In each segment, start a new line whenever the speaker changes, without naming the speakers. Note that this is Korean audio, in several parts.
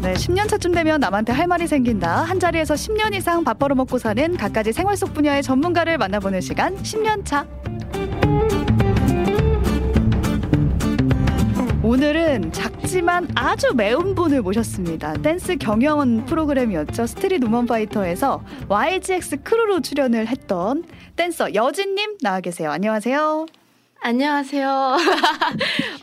네, 10년 차쯤 되면 남한테 할 말이 생긴다. 한 자리에서 10년 이상 밥 벌어 먹고 사는 각가지 생활 속 분야의 전문가를 만나보는 시간 10년 차. 오늘은 작지만 아주 매운 분을 모셨습니다. 댄스 경연 프로그램이었죠. 스트릿 우먼 파이터에서 YGX 크루로 출연을 했던 댄서 여진님 나와 계세요. 안녕하세요.
안녕하세요.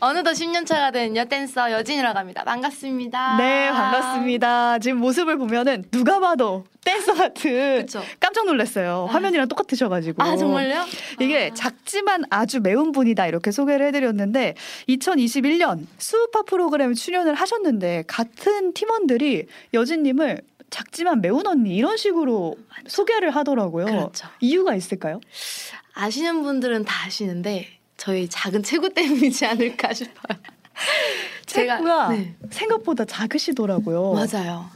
어느덧 10년 차가 된 여댄서 여진이라고 합니다. 반갑습니다.
네, 반갑습니다. 지금 모습을 보면은 누가 봐도 댄서 같은
그렇죠.
깜짝 놀랐어요. 화면이랑 똑같으셔가지고.
아 정말요?
이게
아.
작지만 아주 매운 분이다 이렇게 소개를 해드렸는데 2021년 수우파 프로그램 출연을 하셨는데 같은 팀원들이 여진님을 작지만 매운 언니 이런 식으로 소개를 하더라고요.
아, 그렇죠.
이유가 있을까요?
아시는 분들은 다 아시는데 저희 작은 체구 때문이지 않을까 싶어요. 제가-
체구가
네.
생각보다 작으시더라고요.
맞아요.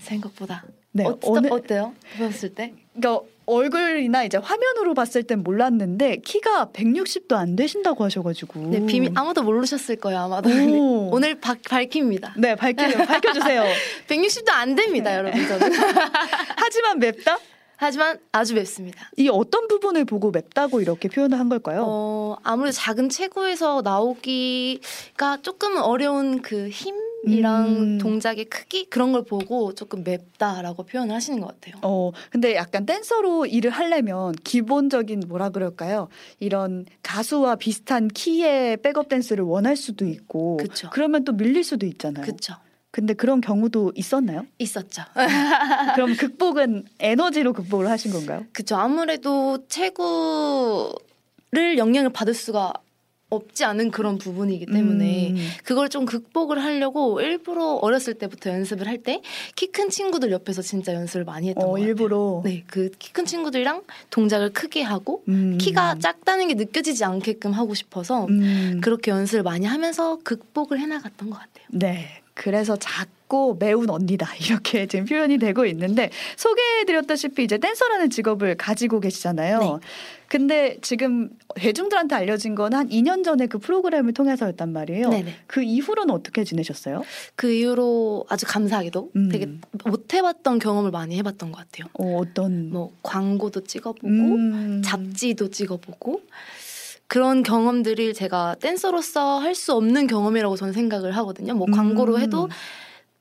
생각보다.
어. 네,
어,
어느-
어때요? 보셨을 때?
그러니까 얼굴이나 이제 화면으로 봤을 땐 몰랐는데 키가 160도 안 되신다고 하셔가지고.
네, 비밀 아무도 모르셨을 거예요 아마도.
음. 오.
오늘 바- 밝힙니다.
네 밝히려 밝혀주세요.
160도 안 됩니다, 여러분 저는.
하지만 맵다?
하지만 아주 맵습니다.
이 어떤 부분을 보고 맵다고 이렇게 표현을 한 걸까요?
어, 아무래도 작은 체구에서 나오기가 조금 어려운 그 힘이랑
음.
동작의 크기 그런 걸 보고 조금 맵다라고 표현을 하시는 것 같아요.
어, 근데 약간 댄서로 일을 하려면 기본적인 뭐라 그럴까요? 이런 가수와 비슷한 키의 백업 댄스를 원할 수도 있고,
그쵸.
러면또 밀릴 수도 있잖아요.
그쵸.
근데 그런 경우도 있었나요?
있었죠. 예,
그럼 극복은 에너지로 극복을 하신 건가요?
그쵸. 아무래도 체구를 영향을 받을 수가 없지 않은 그런 부분이기 때문에
음,
그걸 좀 극복을 하려고 일부러 어렸을 때부터 연습을 할 때 키 큰 친구들 옆에서 진짜 연습을 많이 했던 것
어,
같아요.
일부러
네, 그 키 큰 친구들이랑 동작을 크게 하고
음,
키가 작다는 게 느껴지지 않게끔 하고 싶어서
음,
그렇게 연습을 많이 하면서 극복을 해나갔던 것 같아요.
네. 그래서 작고 매운 언니다 이렇게 지금 표현이 되고 있는데 소개해드렸다시피 이제 댄서라는 직업을 가지고 계시잖아요.
네.
근데 지금 대중들한테 알려진 건 한 2년 전에 그 프로그램을 통해서였단 말이에요.
네네.
그 이후로는 어떻게 지내셨어요?
그 이후로 아주 감사하게도
음.
되게 못 해봤던 경험을 많이 해봤던 것 같아요.
어, 어떤
뭐 광고도 찍어보고
음.
잡지도 뭐 찍어보고 그런 경험들을 제가 댄서로서 할 수 없는 경험이라고 저는 생각을 하거든요. 뭐 광고로
음.
해도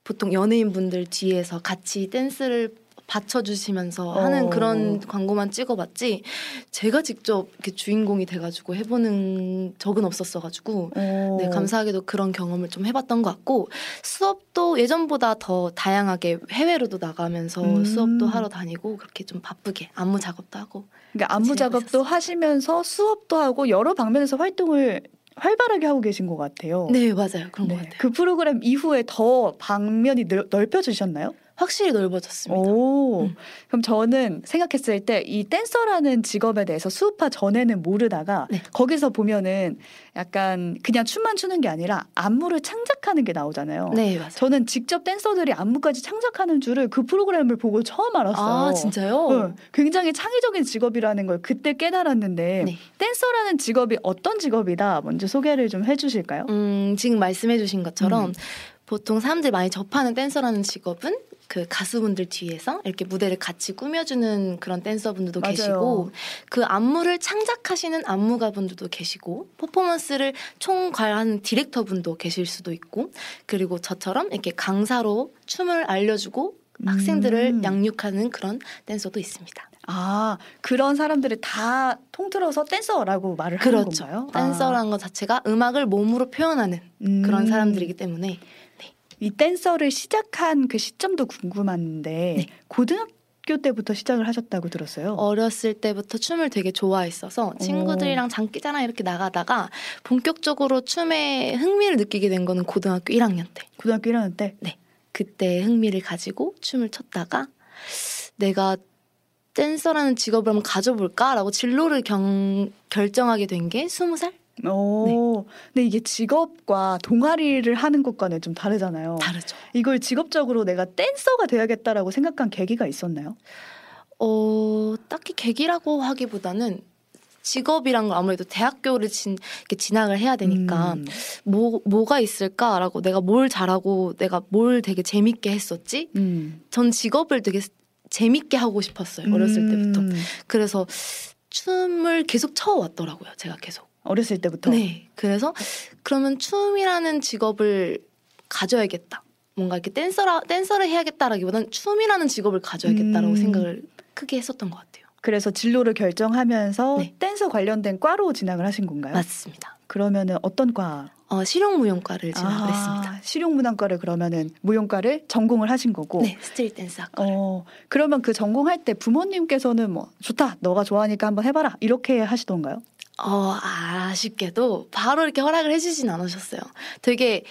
보통 연예인분들 뒤에서 같이 댄스를 받쳐주시면서
어.
하는 그런 광고만 찍어봤지 제가 직접 이렇게 주인공이 돼가지고 해보는 적은 없었어가지고
어.
네 감사하게도 그런 경험을 좀 해봤던 것 같고 수업도 예전보다 더 다양하게 해외로도 나가면서
음.
수업도 하러 다니고 그렇게 좀 바쁘게 안무 작업도 하고
그러니까 안무 작업도
지내고
하시면서 수업도 하고 여러 방면에서 활동을 활발하게 하고 계신 것 같아요.
네 맞아요 그런
네.
것 같아요
그 프로그램 이후에 더 방면이 넓- 넓혀지셨나요?
확실히 넓어졌습니다
오,
음.
그럼 저는 생각했을 때 이 댄서라는 직업에 대해서 수우파 전에는 모르다가
네.
거기서 보면은 약간 그냥 춤만 추는 게 아니라 안무를 창작하는 게 나오잖아요.
네 맞아요
저는 직접 댄서들이 안무까지 창작하는 줄을 그 프로그램을 보고 처음 알았어요.
아 진짜요
네, 굉장히 창의적인 직업이라는 걸 그때 깨달았는데
네.
댄서라는 직업이 어떤 직업이다 먼저 소개를 좀 해주실까요?
음, 지금 말씀해주신 것처럼
음.
보통 사람들이 많이 접하는 댄서라는 직업은 그 가수분들 뒤에서 이렇게 무대를 같이 꾸며주는 그런 댄서분들도
맞아요.
계시고 그 안무를 창작하시는 안무가분들도 계시고 퍼포먼스를 총괄하는 디렉터분도 계실 수도 있고 그리고 저처럼 이렇게 강사로 춤을 알려주고 학생들을
음.
양육하는 그런 댄서도 있습니다.
아 그런 사람들을 다 통틀어서 댄서라고 말을 하는
그렇죠.
건가요? 아,
댄서라는 것 자체가 음악을 몸으로 표현하는
음.
그런 사람들이기 때문에
이 댄서를 시작한 그 시점도 궁금한데
네.
고등학교 때부터 시작을 하셨다고 들었어요.
어렸을 때부터 춤을 되게 좋아했어서 친구들이랑 장기자랑 이렇게 나가다가 본격적으로 춤에 흥미를 느끼게 된 거는 고등학교 1학년 때.
고등학교 1학년 때.
그때 흥미를 가지고 춤을 췄다가 내가 댄서라는 직업을 한번 가져볼까라고 진로를 경- 결정하게 된 게 20살?
오, 근데 이게 직업과 동아리를 하는 것과는 좀 다르잖아요.
다르죠.
이걸 직업적으로 내가 댄서가 돼야겠다라고 생각한 계기가 있었나요?
어, 딱히 계기라고 하기보다는 직업이란 걸 아무래도 대학교를 진, 이렇게 진학을 해야 되니까
음.
뭐 뭐가 있을까라고 내가 뭘 잘하고 내가 뭘 되게 재밌게 했었지?
음.
전 직업을 되게 재밌게 하고 네, 싶었어요 어렸을 때부터.
음.
그래서 춤을 계속 쳐왔더라고요 제가 계속.
어렸을 때부터.
네. 그래서 그러면 춤이라는 직업을 가져야겠다. 뭔가 이렇게 댄서라 댄서를 해야겠다라기보다는 춤이라는 직업을 가져야겠다라고
음.
생각을 크게 했었던 것 같아요.
그래서 진로를 결정하면서
네.
댄서 관련된 과로 진학을 하신 건가요?
맞습니다.
그러면은 어떤 과?
어, 실용무용과를
아.
진학을 했습니다.
실용문화과를 그러면은 무용과를 전공을 하신 거고.
네, 스트릿 댄스 학과를.
어 그러면 그 전공할 때 부모님께서는 뭐 좋다 너가 좋아하니까 한번 해봐라 이렇게 하시던가요?
어, 아쉽게도 바로 이렇게 허락을 해주진 않으셨어요. 되게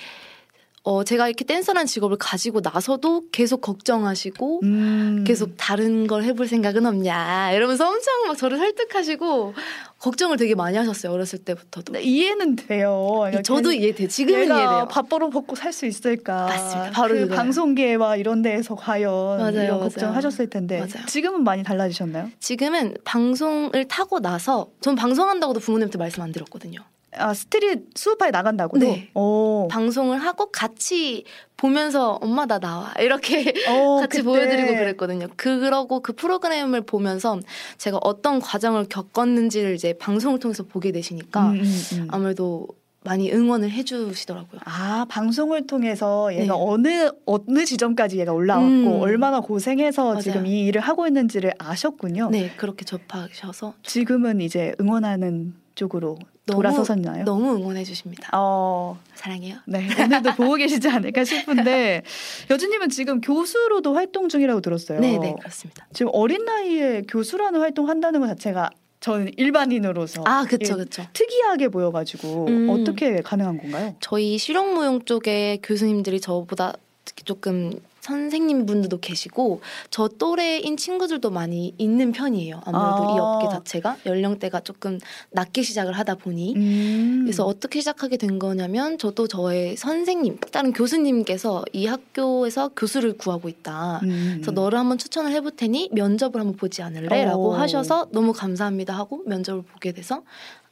어, 제가 이렇게 댄서라는 직업을 가지고 나서도 계속 걱정하시고
음.
계속 다른 걸 해볼 생각은 없냐 이러면서 엄청 막 저를 설득하시고 걱정을 되게 많이 하셨어요 어렸을 때부터도.
네, 이해는 돼요. 그러니까
네, 저도 이해돼. 지금은
얘가
이해돼요.
밥벌어 먹고 살 수 있을까?
맞습니다. 바로
그
그거예요.
방송계와 이런 데에서 과연
맞아요,
이런
맞아요.
걱정하셨을 텐데
맞아요.
지금은 많이 달라지셨나요?
지금은 방송을 타고 나서 전 방송한다고도 부모님한테 말씀 안 드렸거든요.
아 스트릿 수우파에 나간다고요?
네.
오.
방송을 하고 같이 보면서 엄마 나 나와 이렇게
어,
같이
그때
보여드리고 그랬거든요. 그러고 그 프로그램을 보면서 제가 어떤 과정을 겪었는지를 이제 방송을 통해서 보게 되시니까
음, 음, 음.
아무래도 많이 응원을 해주시더라고요.
아 방송을 통해서 얘가
네.
어느 어느 지점까지 얘가 올라왔고
음.
얼마나 고생해서
맞아요.
지금 이 일을 하고 있는지를 아셨군요.
네, 그렇게 접하셔서
지금은 이제 응원하는 쪽으로
너무-
돌아서셨나요?
너무 응원해 주십니다.
어,
사랑해요.
네 오늘도 보고 계시지 않을까 싶은데 여진님은 지금 교수로도 활동 중이라고 들었어요.
네, 네, 그렇습니다.
지금 어린 나이에 교수라는 활동 한다는 것 자체가 저는 일반인으로서
아, 그쵸,
예.
그쵸.
특이하게 보여가지고
음.
어떻게 가능한 건가요?
저희 실용무용 쪽에 교수님들이 저보다 특히 조금 선생님 분들도 계시고 저 또래인 친구들도 많이 있는 편이에요. 아무래도
아.
이 업계 자체가 연령대가 조금 낮게 시작을 하다 보니
음.
그래서 어떻게 시작하게 된 거냐면 저도 저의 선생님 다른 교수님께서 이 학교에서 교수를 구하고 있다.
음.
어, 그래서 너를 한번 추천을 해볼 테니 면접을 한번 보지 않을래?
오.
라고 하셔서 너무 감사합니다 하고 면접을 보게 돼서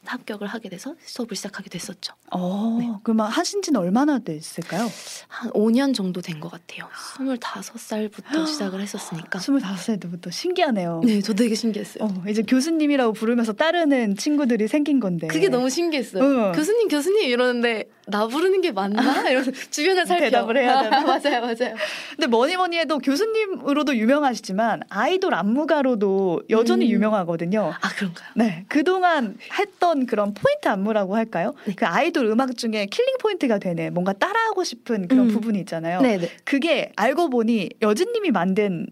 합격을 하게 돼서 수업을 시작하게 됐었죠.
어,
네.
그러면 하신 지는 얼마나 됐을까요?
한 5년 정도 된 것 같아요. 25살부터 시작을 했었으니까.
25살 때부터 그러니까 신기하네요.
네, 저도 되게 신기했어요.
어, 이제 교수님이라고 부르면서 따르는 친구들이 생긴 건데.
그게 너무 신기했어요.
응.
교수님, 교수님 이러는데 나 부르는 게 맞나? 이러면서 주변을 살펴.
대답을 해야 되나?
맞아요, 맞아요.
근데 뭐니 뭐니 해도 교수님으로도 유명하시지만 아이돌 안무가로도 여전히
음.
유명하거든요.
아 그런가요?
네, 그동안 했던 그런 포인트 안무라고 할까요?
네.
그 아이돌 음악 중에 킬링 포인트가 되는 뭔가 따라하고 싶은 그런
음.
부분이 있잖아요.
네, 네.
그게 알고 보니 여진님이 만든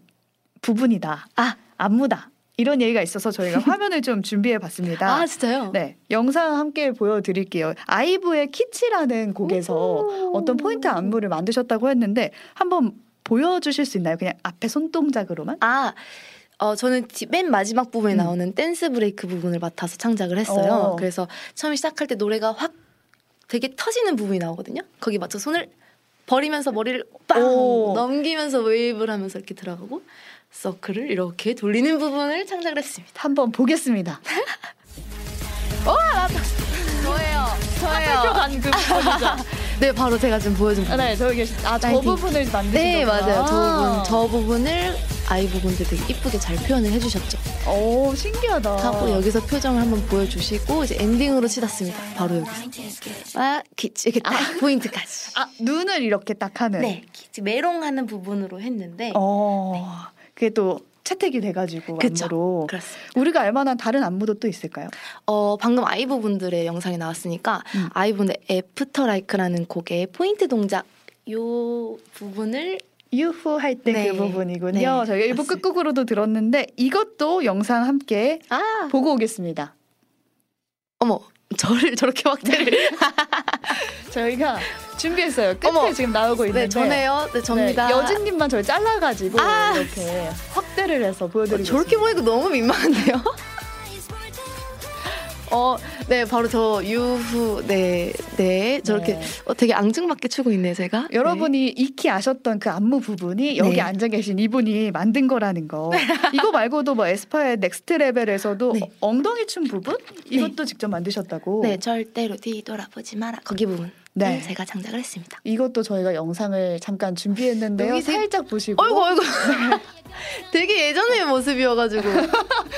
부분이다.
아.
안무다. 이런 얘기가 있어서 저희가 화면을 좀 준비해 봤습니다.
아 진짜요?
네, 영상 함께 보여드릴게요. 아이브의 키치라는 곡에서
오.
어떤 포인트 안무를 만드셨다고 했는데 한번 보여주실 수 있나요? 그냥 앞에 손동작으로만?
아, 어, 저는 뒤- 맨 마지막 부분에
음.
나오는 댄스 브레이크 부분을 맡아서 창작을 했어요.
어.
그래서 처음 시작할 때 노래가 확 되게 터지는 부분이 나오거든요. 거기 맞춰 손을 버리면서 머리를 빵
오.
넘기면서 웨이브를 하면서 이렇게 들어가고 서클을 이렇게 돌리는 부분을 창작을 했습니다.
한번 보겠습니다. 어, 아,
저예요. 저예요.
방금
네, 바로 제가 지금 보여준 부분.
네, 저기 계시. 아, 저
라이딩.
부분을 만드신
네,
거구나.
맞아요. 저 부분, 저 부분을 아이 부분도 되게 이쁘게 잘 표현을 해주셨죠.
오, 신기하다.
하고 여기서 표정을 한번 보여주시고 이제 엔딩으로 치닫습니다. 바로 여기서 아 기치 이렇게 딱 포인트까지.
아, 눈을 이렇게 딱 하는.
네, 기치 메롱하는 부분으로 했는데
어. 그게 또 채택이 돼가지고
네. 그쵸. 그렇죠.
안무로
그렇습니다.
우리가 알만한 다른 안무도 또 있을까요?
어 방금 아이브 분들의 영상이 나왔으니까
음.
아이브 분들 애프터 라이크라는 곡의 포인트 동작 요 부분을
유후 할 때 그
네.
부분이군요.
네,
저희가 일부
맞습니다.
끝곡으로도 들었는데 이것도 영상 함께
아
보고 오겠습니다.
어머 저를 저렇게 막대를
저희가 준비했어요. 끝에
어머.
지금 나오고 있는데
네 전해요. 네 접니다.
네, 여진님만 저를 잘라가지고
아.
이렇게 확대를 해서
어,
보여드리고
저렇게 보니까 너무 민망한데요. 어 어, 네, 바로 저 유후, 네, 네, 저렇게
네.
어, 되게 앙증맞게 추고 있네요, 제가.
여러분이 익히 아셨던 그 안무 부분이 여기
네.
앉아 계신 이분이 만든 거라는 거. 이거 말고도 뭐 에스파의 넥스트 레벨에서도
네.
엉덩이 춤 부분 이것도 직접 만드셨다고.
네, 네, 절대로 뒤돌아보지 마라. 거기 부분.
네.
네, 제가 창작을 했습니다.
이것도 저희가 영상을 잠깐 준비했는데요.
여기 되게-
살짝 보시고
어이구, 어이구. 되게 예전의 모습이어가지고.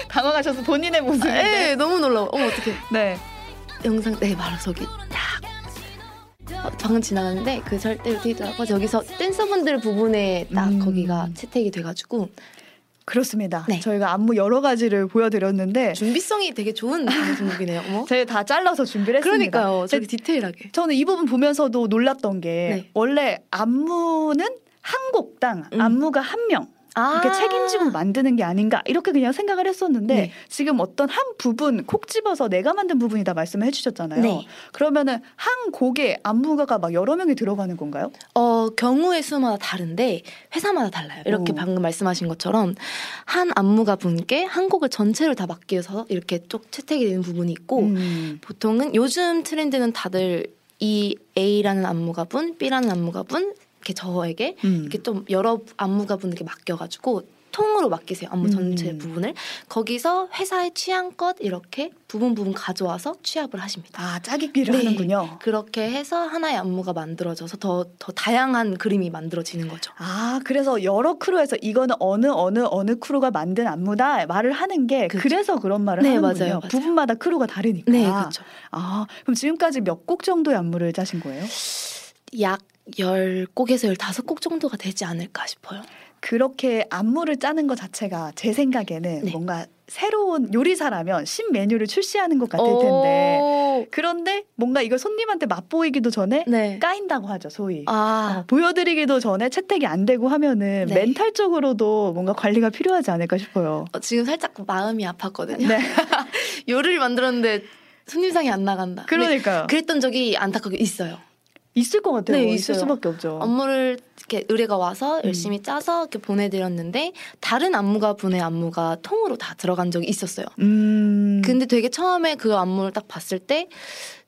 당황하셔서 본인의 모습인데.
에 너무 놀라워. 어머, 어떡해.
네.
네. 영상 네 바로 저기 딱 어, 방금 지나갔는데 그 절대로 뛰더라고 여기서 댄서분들 부분에 딱
음.
거기가 채택이 돼가지고
그렇습니다.
네.
저희가 안무 여러 가지를 보여드렸는데
준비성이 되게 좋은 그런 종목이네요. 어머.
제가 다 잘라서 준비를 했습니다.
그러니까요. 저기
근데
디테일하게.
저는 이 부분 보면서도 놀랐던 게
네.
원래 안무는 한 곡당
음.
안무가 한 명
아
이렇게 책임지고 만드는 게 아닌가 이렇게 그냥 생각을 했었는데
네.
지금 어떤 한 부분 콕 집어서 내가 만든 부분이다 말씀을 해주셨잖아요.
네.
그러면은 한 곡에 안무가가 막 여러 명이 들어가는 건가요?
어 경우의 수마다 다른데 회사마다 달라요. 이렇게
어.
방금 말씀하신 것처럼 한 안무가 분께 한 곡을 전체를 다 맡겨서 이렇게 쭉 채택이 되는 부분이 있고
음.
보통은 요즘 트렌드는 다들 이 A라는 안무가분, B라는 안무가분 이렇게 저에게
음.
이렇게 좀 여러 안무가분들께 맡겨가지고 통으로 맡기세요 안무 전체
음.
부분을 거기서 회사의 취향껏 이렇게 부분 부분 가져와서 취합을 하십니다.
아 짜깁기를
네.
하는군요.
그렇게 해서 하나의 안무가 만들어져서 더 더 다양한 그림이 만들어지는 거죠.
아 그래서 여러 크루에서 이거는 어느 어느 어느 크루가 만든 안무다 말을 하는 게그
그쵸.
래서 그런 말을
네,
하는군요.
맞아요, 맞아요.
부분마다 크루가 다르니까.
네, 그렇죠.
아 그럼 지금까지 몇 곡 정도의 안무를 짜신 거예요?
약 10곡에서 15곡 정도가 되지 않을까 싶어요.
그렇게 안무를 짜는 것 자체가 제 생각에는
네.
뭔가 새로운 요리사라면 신메뉴를 출시하는 것 같을 텐데
오,
그런데 뭔가 이걸 손님한테 맛보이기도 전에
네.
까인다고 하죠 소위
아,
그러니까 어, 보여드리기도 전에 채택이 안 되고 하면은
네.
멘탈적으로도 뭔가 관리가 필요하지 않을까 싶어요
어, 지금 살짝 마음이 아팠거든요.
네
요리를 만들었는데 손님상이 안 나간다. 아, 근데
그러니까요
그랬던 적이 안타깝게 있어요.
있을 것 같아요 뭐
네,
있을
있어요.
수밖에 없죠
안무를 이렇게 의뢰가
음.
와서 열심히 짜서 이렇게 보내드렸는데 다른 안무가 분의 안무가 통으로 다 들어간 적이 있었어요.
음
근데 되게 처음에 그 안무를 딱 봤을 때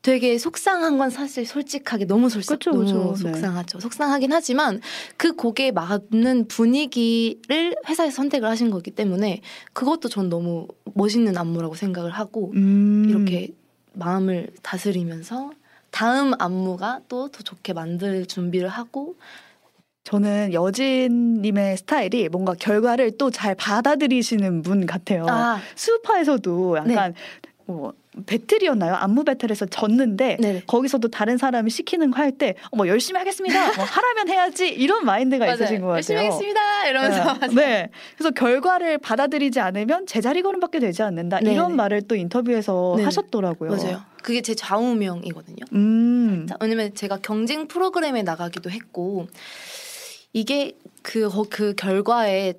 되게 속상한 건 사실 솔직하게 너무 솔직
그쵸,
너무
그쵸. 네.
속상하죠. 속상하긴 하지만 그 곡에 맞는 분위기를 회사에서 선택을 하신 거기 때문에 그것도 전 너무 멋있는 안무라고 생각을 하고
음.
이렇게 마음을 다스리면서 다음 안무가 또 더 좋게 만들 준비를 하고
저는 여진님의 스타일이 뭔가 결과를 또 잘 받아들이시는 분 같아요.
아
수파에서도
네.
약간 뭐 배틀이었나요? 안무 배틀에서 졌는데
네네
거기서도 다른 사람이 시키는 거 할 때 뭐 열심히 하겠습니다. 뭐 하라면 해야지 이런 마인드가 있으신 것 같아요.
열심히 하겠습니다 이러면서
네. 네. 그래서 결과를 받아들이지 않으면 제자리 걸음밖에 되지 않는다.
네,
이런
네.
말을 또 인터뷰에서
네, 네.
하셨더라고요.
맞아요. 그게 제 좌우명이거든요.
음.
자, 왜냐면 제가 경쟁 프로그램에 나가기도 했고 이게 그, 거- 그 결과에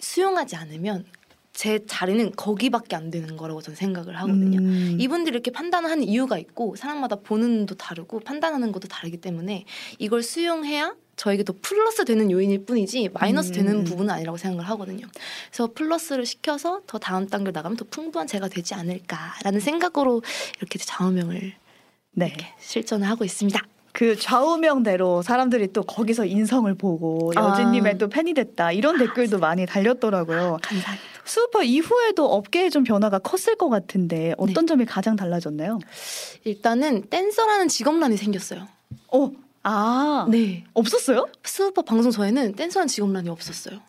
수용하지 않으면 제 자리는 거기밖에 안 되는 거라고 저는 생각을 하거든요.
음.
이분들이 이렇게 판단하는 이유가 있고 사람마다 보는 눈도 다르고 판단하는 것도 다르기 때문에 이걸 수용해야 저에게 더 플러스 되는 요인일 뿐이지 마이너스
음.
되는 부분은 아니라고 생각을 하거든요. 그래서 플러스를 시켜서 더 다음 단계 나가면 더 풍부한 제가 되지 않을까라는 생각으로 이렇게 자우명을
네.
실천을 하고 있습니다.
그 좌우명대로 사람들이 또 거기서 인성을 보고
아.
여진님의 또 팬이 됐다 이런 댓글도 많이 달렸더라고요.
감사합니다.
수퍼 이후에도 업계에 좀 변화가 컸을 것 같은데
네.
어떤 점이 가장 달라졌나요?
일단은 댄서라는 직업란이 생겼어요.
어, 아,
네.
없었어요?
스우퍼 방송 전에는 댄서라는 직업란이 없었어요.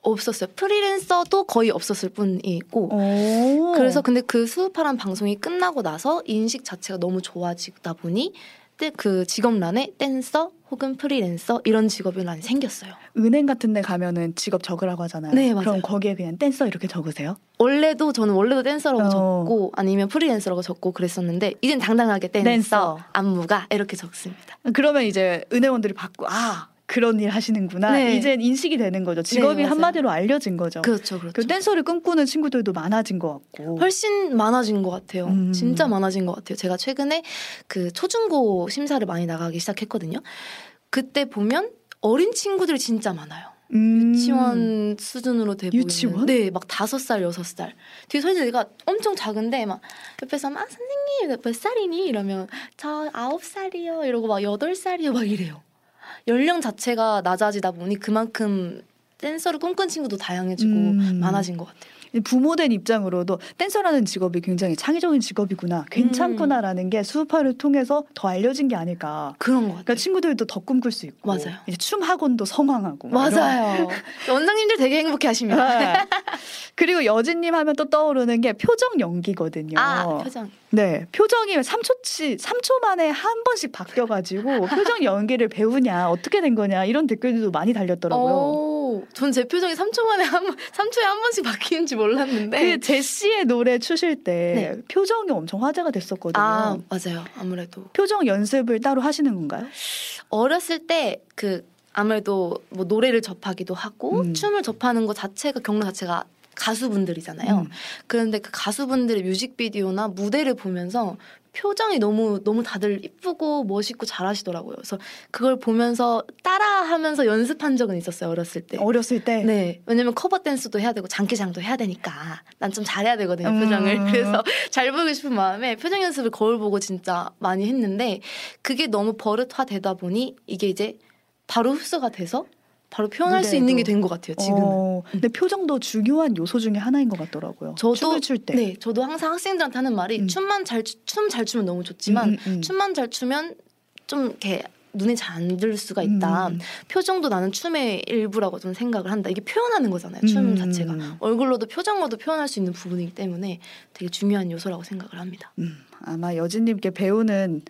없었어요. 프리랜서도 거의 없었을 뿐이고
오.
그래서 근데 그 수우파란 방송이 끝나고 나서 인식 자체가 너무 좋아지다 보니 때- 그 직업란에 댄서 혹은 프리랜서 이런 직업이 많이 생겼어요.
은행 같은 데 가면은 직업 적으라고 하잖아요.
네, 맞아요.
그럼 거기에 그냥 댄서 이렇게 적으세요?
원래도 저는 원래도 댄서라고
어.
적고 아니면 프리랜서라고 적고 그랬었는데 이젠 당당하게 댄서,
댄서.
안무가 이렇게 적습니다.
그러면 이제 은행원들이 받고 아, 그런 일 하시는구나.
네.
이젠 인식이 되는 거죠. 직업이
맞아요.
한마디로 알려진 거죠.
그렇죠, 그렇죠.
그 댄서를 꿈꾸는 친구들도 많아진 것 같고.
훨씬 많아진 것 같아요.
음.
진짜 많아진 것 같아요. 제가 최근에 그 초중고 심사를 많이 나가기 시작했거든요. 그때 보면 어린 친구들이 진짜 많아요.
음.
유치원 수준으로 돼 보이는
유치원?
네, 막 다섯 살 여섯 살. 되게 서진이가 엄청 작은데 막 옆에서 막 아, 선생님 이거 몇 살이니 이러면 저 아홉 살이요 이러고 막 여덟 살이요 막 이래요. 연령 자체가 낮아지다 보니 그만큼 댄서를 꿈꾼 친구도 다양해지고
음.
많아진 것 같아요.
부모된 입장으로도 댄서라는 직업이 굉장히 창의적인 직업이구나,
음.
괜찮구나라는 게 수우파를 통해서 더 알려진 게 아닐까.
그런 것 같아요.
그러니까 친구들도 더 꿈꿀 수 있고,
맞아요.
이제 춤 학원도 성황하고, 막 이런
맞아요. 그러니까 원장님들 되게 행복해하십니다.
네. 그리고 여진님 하면 또 떠오르는 게 표정 연기거든요.
아 표정.
네, 표정이 3초치 3초 만에 한 번씩 바뀌어가지고 표정 연기를 배우냐 어떻게 된 거냐 이런 댓글도 많이
어,
달렸더라고요.
전제 표정이 3초 만에 한 번, 3초에 한 번씩 바뀌는지 몰랐는데.
그 제시의 노래 추실 때 표정이 엄청 화제가 됐었거든요.
네. 아 맞아요. 아무래도
표정 연습을 따로 하시는 건가요?
어렸을 때 그 아무래도 뭐 노래를 접하기도 하고
음.
춤을 접하는 것 자체가 경로 자체가 가수분들이잖아요.
음.
그런데 그 가수분들의 뮤직비디오나 무대를 보면서 표정이 너무 너무 다들 이쁘고 멋있고 잘하시더라고요. 그래서 그걸 보면서 따라하면서 연습한 적은 있었어요 어렸을 때.
어렸을 때.
네. 왜냐면 커버 댄스도 해야 되고 장기장도 해야 되니까 난 좀 잘해야 되거든요
음.
표정을. 그래서 잘 보이고 싶은 마음에 표정 연습을 거울 보고 진짜 많이 했는데 그게 너무 버릇화 되다 보니 이게 이제 바로 흡수가 돼서 바로 표현할 수 있는
무대에도.
게 된 것 같아요 지금은. 음.
어, 근데 표정도 중요한 요소 중에 하나인 것 같더라고요.
저도-
춤을 출 때.
네, 저도 항상 학생들한테 하는 말이
음.
춤만 잘 춤 잘 추면 너무 좋지만
음, 음.
춤만 잘 추면 좀 이렇게 눈에 잘 안 들 수가 있다.
음.
표정도 나는 춤의 일부라고 좀 생각을 한다. 이게 표현하는 거잖아요. 춤
음.
자체가. 얼굴로도 표정으로도 표현할 수 있는 부분이기 때문에 되게 중요한 요소라고 생각을 합니다.
음, 아마 여진님께 배우는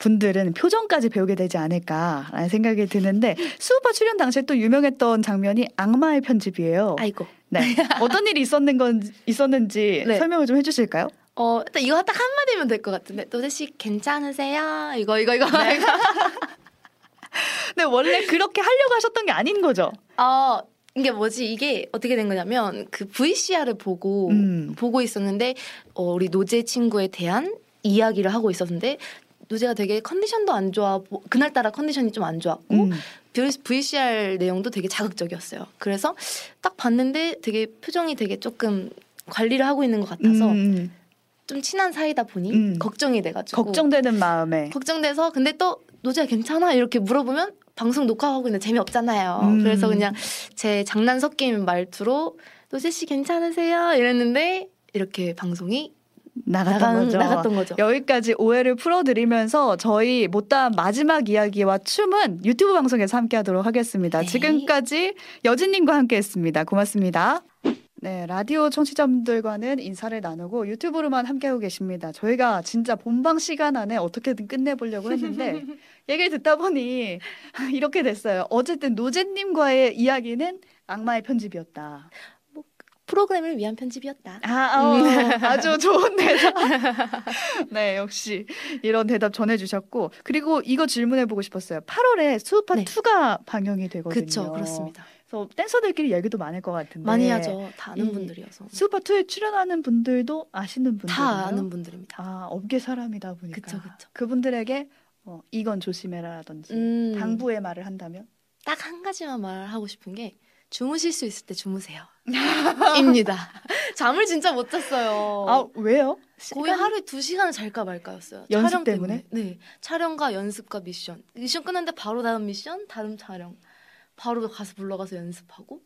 분들은 표정까지 배우게 되지 않을까라는 생각이 드는데 수우파 출연 당시에 또 유명했던 장면이 악마의 편집이에요.
아이고.
네. 어떤 일이 있었는 건 있었는지
네.
설명을 좀 해주실까요?
어, 일단 이거 딱 한마디면 될 것 같은데. 도대씨 괜찮으세요? 이거, 이거, 이거. 네,
근데 원래 그렇게 하려고 하셨던 게 아닌 거죠.
어, 이게 뭐지? 이게 어떻게 된 거냐면 그 VCR을 보고,
음.
보고 있었는데, 어, 우리 노제 친구에 대한 이야기를 하고 있었는데, 노제가 되게 컨디션도 안 좋아, 보- 그날따라 컨디션이 좀 안 좋았고,
음.
VCR 내용도 되게 자극적이었어요. 그래서 딱 봤는데 되게 표정이 되게 조금 관리를 하고 있는 것 같아서
음,
좀 친한 사이다 보니
음.
걱정이 돼가지고
걱정되는 마음에
돼서 근데 또 노지야 괜찮아 이렇게 물어보면 방송 녹화하고 있는데 재미없잖아요.
음.
그래서 그냥 제 장난 섞인 말투로 노지 씨 괜찮으세요 이랬는데 이렇게 방송이
나갔던
나간,
거죠.
나갔던 거죠.
여기까지 오해를 풀어드리면서 저희 못다한 마지막 이야기와 춤은 유튜브 방송에서 함께하도록 하겠습니다.
네.
지금까지 여진님과 함께했습니다. 고맙습니다. 네, 라디오 청취자분들과는 인사를 나누고 유튜브로만 함께하고 계십니다. 저희가 진짜 본방 시간 안에 어떻게든 끝내보려고 했는데 얘기를 듣다 보니 이렇게 됐어요. 어쨌든 노제님과의 이야기는 악마의 편집이었다.
프로그램을 위한 편집이었다.
아, 어, 아주 좋은 대답. 네, 역시 이런 대답 전해주셨고 그리고 이거 질문해보고 싶었어요. 8월에 수우파
네.
2가 방영이 되거든요. 네.
그쵸 그렇습니다.
그래서 댄서들끼리 얘기도 많을 것 같은데
많이 하죠. 다 아는
이-
분들이어서
수우파 2에 출연하는 분들도 아시는 분들
다 아는 분들입니다.
아 업계 사람이다 보니까
그쵸, 그쵸.
분들에게 어, 이건 조심해라라든지
음,
당부의 말을 한다면
딱 한 가지만 말하고 싶은 게 주무실 수 있을 때 주무세요. 입니다. 잠을 진짜 못 잤어요.
아 왜요?
거의 하루에 두 시간을 잘까 말까였어요.
연습
촬영
때문에?
네, 촬영과 연습과 미션. 미션 끝났는데 바로 다음 미션, 다른 촬영. 바로 가서 불러가서 연습하고.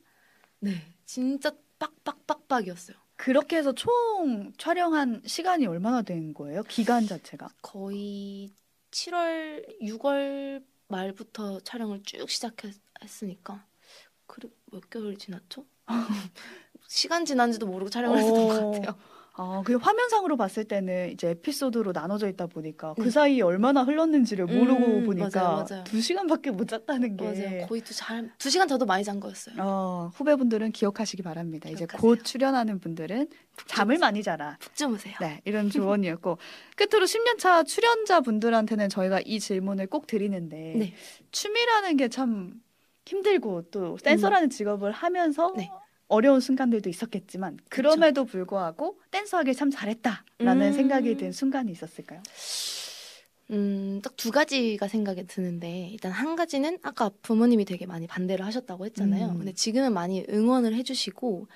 네, 진짜 빡빡빡빡이었어요.
그렇게 해서 총 촬영한 시간이 얼마나 된 거예요? 기간 자체가
거의 7월, 6월 말부터 촬영을 쭉 시작했으니까 그리고 몇 개월 지났죠? 시간 지난지도 모르고 촬영을 했었던
어.
것 같아요.
아, 그 화면상으로 봤을 때는 이제 에피소드로 나눠져 있다 보니까 그
네.
사이에 얼마나 흘렀는지를 모르고
음,
보니까
맞아요, 맞아요.
두 시간밖에 못 잤다는 게
맞아요. 거의 두, 잘, 두 시간 저도 많이 잔 거였어요.
어, 후배분들은 기억하시기 바랍니다. 이제
기억하세요.
곧 출연하는 분들은 잠을 많이 자라.
푹 주무세요.
네, 이런 조언이었고 끝으로 10년차 출연자분들한테는 저희가 이 질문을 꼭 드리는데
네.
춤이라는 게 참 힘들고 또 댄서라는 직업을 하면서
네.
어려운 순간들도 있었겠지만 그럼에도 불구하고 댄서하길 참 잘했다라는
음.
생각이 든 순간이 있었을까요?
음, 딱 두 가지가 생각이 드는데 일단 한 가지는 아까 부모님이 되게 많이 반대를 하셨다고 했잖아요.
음.
근데 지금은 많이 응원을 해주시고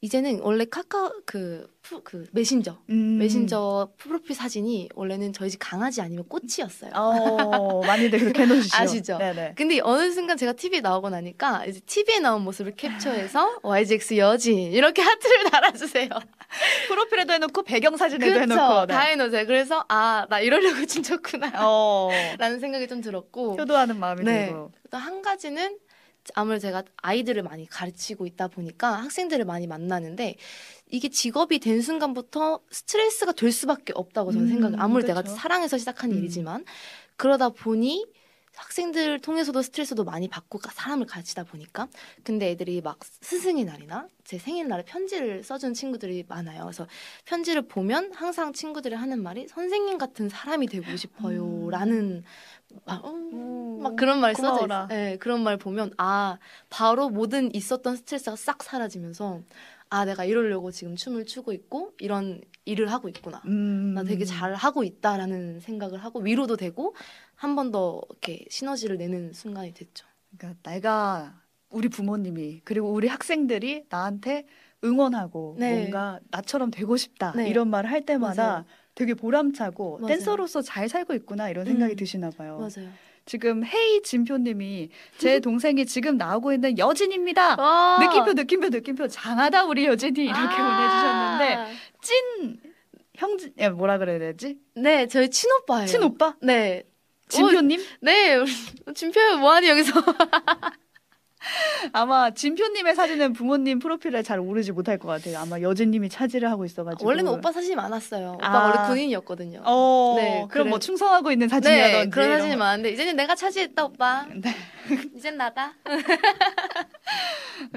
이제는 원래 카카오 그, 프- 그 메신저
음.
메신저 프로필 사진이 원래는 저희 집 강아지 아니면 꽃이었어요.
어, 많이들 그렇게 해놓으시죠.
아시죠?
네네.
근데 어느 순간 제가 TV에 나오고 나니까 이제 TV에 나온 모습을 캡처해서 YGX 여진 이렇게 하트를 달아주세요.
그 프로필에도 해놓고 배경 사진에도
그렇죠.
해놓고. 네.
다 해놓으세요. 그래서 아 나 이러려고 చిం쳤구나
어,
라는 생각이 좀 들었고
효도하는 마음이
네.
들고.
또 한 가지는 아무래도 제가 아이들을 많이 가르치고 있다 보니까 학생들을 많이 만나는데 이게 직업이 된 순간부터 스트레스가 될 수밖에 없다고 저는
음,
생각해요. 아무리 내가
그렇죠.
사랑해서 시작한
음.
일이지만 그러다 보니 학생들 통해서도 스트레스도 많이 받고 가- 사람을 가르치다 보니까 근데 애들이 막 스승의 날이나 제 생일날에 편지를 써준 친구들이 많아요. 그래서 편지를 보면 항상 친구들이 하는 말이 선생님 같은 사람이 되고
음.
싶어요라는 막, 어,
음.
막 그런 말 써져
고마워라.
있어요. 네, 그런 말 보면 아 바로 모든 있었던 스트레스가 싹 사라지면서 아 내가 이러려고 지금 춤을 추고 있고 이런 일을 하고 있구나.
음.
나 되게 잘 하고 있다라는 생각을 하고 위로도 되고 한 번 더 이렇게 시너지를 내는 순간이 됐죠.
그러니까 내가 우리 부모님이 그리고 우리 학생들이 나한테 응원하고
네.
뭔가 나처럼 되고 싶다
네.
이런 말을 할 때마다
맞아요.
되게 보람차고
맞아요.
댄서로서 잘 살고 있구나 이런 생각이
음.
드시나 봐요.
맞아요.
지금 헤이 진표님이 제 동생이 지금 나오고 있는 여진입니다.
어.
느낌표 느낌표 느낌표 장하다 우리 여진이 이렇게
아.
보내주셨는데 찐 형진 예, 뭐라 그래야 되지?
네 저희 친오빠예요.
친 오빠
네,
진표님
네, 우리 진표야 뭐하니 여기서?
아마 진표님의 사진은 부모님 프로필에 잘 오르지 못할 것 같아요. 아마 여진님이 차지를 하고 아, 있어가지고
원래는 오빠 사진이 많았어요. 오빠
아.
가 원래 군인이었거든요.
어,
네,
그럼 뭐
그래-
충성하고 있는 사진이라든지
네, 그런
이런
사진이
거.
많은데 이제는 내가 차지했다 오빠.
네.
이젠 나다.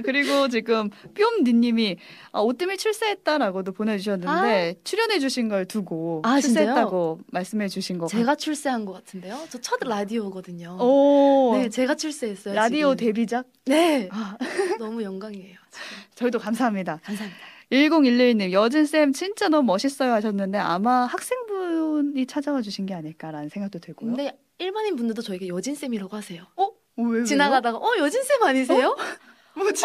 그리고 지금 뿅니님이 아, 오뜸이 출세했다라고도 보내주셨는데 출연해주신 걸 두고
아,
출세했다고 말씀해주신 것
제가 출세한 것 같은데요. 저 첫 라디오거든요.
같아요. 오,
네, 제가 출세했어요.
라디오
지금.
데뷔작
네,
아,
너무 영광이에요. 지금.
저희도 감사합니다.
감사합니다.
1011님 여진 쌤 진짜 너무 멋있어요 하셨는데 아마 학생분이 찾아와 주신 게 아닐까라는 생각도 들고요.
근데 일반인 분들도 저에게 여진 쌤이라고 하세요.
어, 왜, 왜요?
지나가다가 어 여진 쌤 아니세요?
뭐지?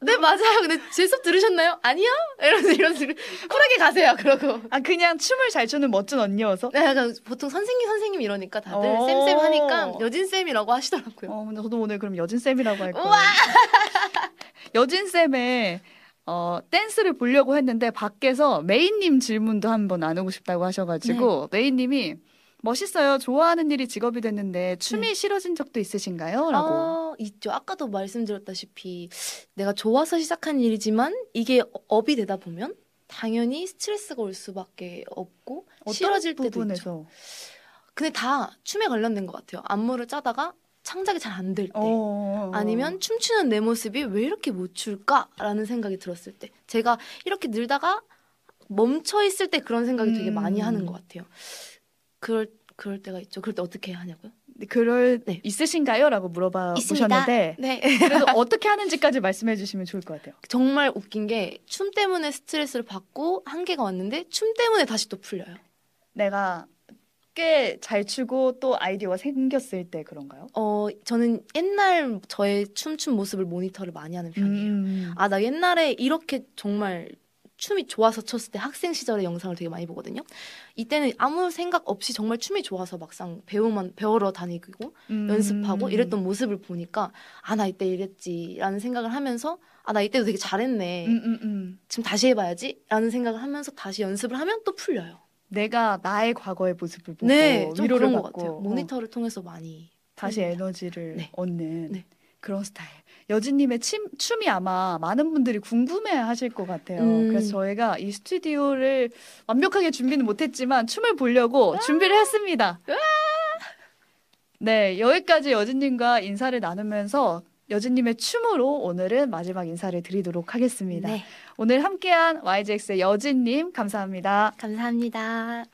네 맞아요. 근데 제 수업 들으셨나요? 아니요? 이런 이런 식으로 쿨하게 가세요. 그러고.
아 그냥 춤을 잘 추는 멋진 언니여서.
네, 약간 보통 선생님 선생님 이러니까 다들
오.
쌤쌤 하니까 여진 쌤이라고 하시더라고요.
어, 근데 저도 오늘 그럼 여진 쌤이라고 할 거예요.
네. 우와!
여진 쌤의 어, 댄스를 보려고 했는데 밖에서 메인님 질문도 한번 나누고 싶다고 하셔가지고
네.
메인님이 멋있어요. 좋아하는 일이 직업이 됐는데 춤이
네.
싫어진 적도 있으신가요?라고.
아, 있죠. 아까도 말씀드렸다시피 내가 좋아서 시작한 일이지만 이게 업이 되다 보면 당연히 스트레스가 올 수밖에 없고 싫어질 때도 있죠. 네.
부분에서.
근데 다 춤에 관련된 것 같아요. 안무를 짜다가 창작이 잘 안 될 때.
어.
아니면 춤추는 내 모습이 왜 이렇게 못 출까라는 생각이 들었을 때 제가 이렇게 늘다가 멈춰 있을 때 그런 생각이 되게 많이
음.
하는 것 같아요. 그럴 그럴 때가 있죠. 그럴 때 어떻게 해야 하냐고요?
그럴
네.
있으신가요?라고 물어봐 보셨는데
네.
그래서 어떻게 하는지까지 말씀해 주시면 좋을 것 같아요.
정말 웃긴 게 춤 때문에 스트레스를 받고 한계가 왔는데 춤 때문에 다시 또 풀려요.
내가 꽤 잘 추고 또 아이디어가 생겼을 때 그런가요?
어 저는 옛날 저의 춤춘 모습을 모니터를 많이 하는 편이에요.
음.
아, 나 옛날에 이렇게 정말 춤이 좋아서 췄을 때 학생 시절의 영상을 되게 많이 보거든요. 이때는 아무 생각 없이 정말 춤이 좋아서 막상 배우만 배우러 다니고
음.
연습하고 이랬던 모습을 보니까 아, 나 이때 이랬지라는 생각을 하면서 아, 나 이때도 되게 잘했네.
음, 음, 음.
지금 다시 해봐야지라는 생각을 하면서 다시 연습을 하면 또 풀려요.
내가 나의 과거의 모습을 보고
네, 좀
위로를
그런 것
받고 어.
같아요. 모니터를 통해서 많이
다시
풀립니다.
에너지를
네.
얻는
네.
그런 스타일. 여진님의 침, 춤이 아마 많은 분들이 궁금해하실 것 같아요.
음.
그래서 저희가 이 스튜디오를 완벽하게 준비는 못했지만 춤을
아.
보려고 준비를 했습니다. 네, 여기까지 여진님과 인사를 나누면서 여진님의 춤으로 오늘은 마지막 인사를 드리도록 하겠습니다.
네,
오늘 함께한 YGX의 여진님 감사합니다.
감사합니다.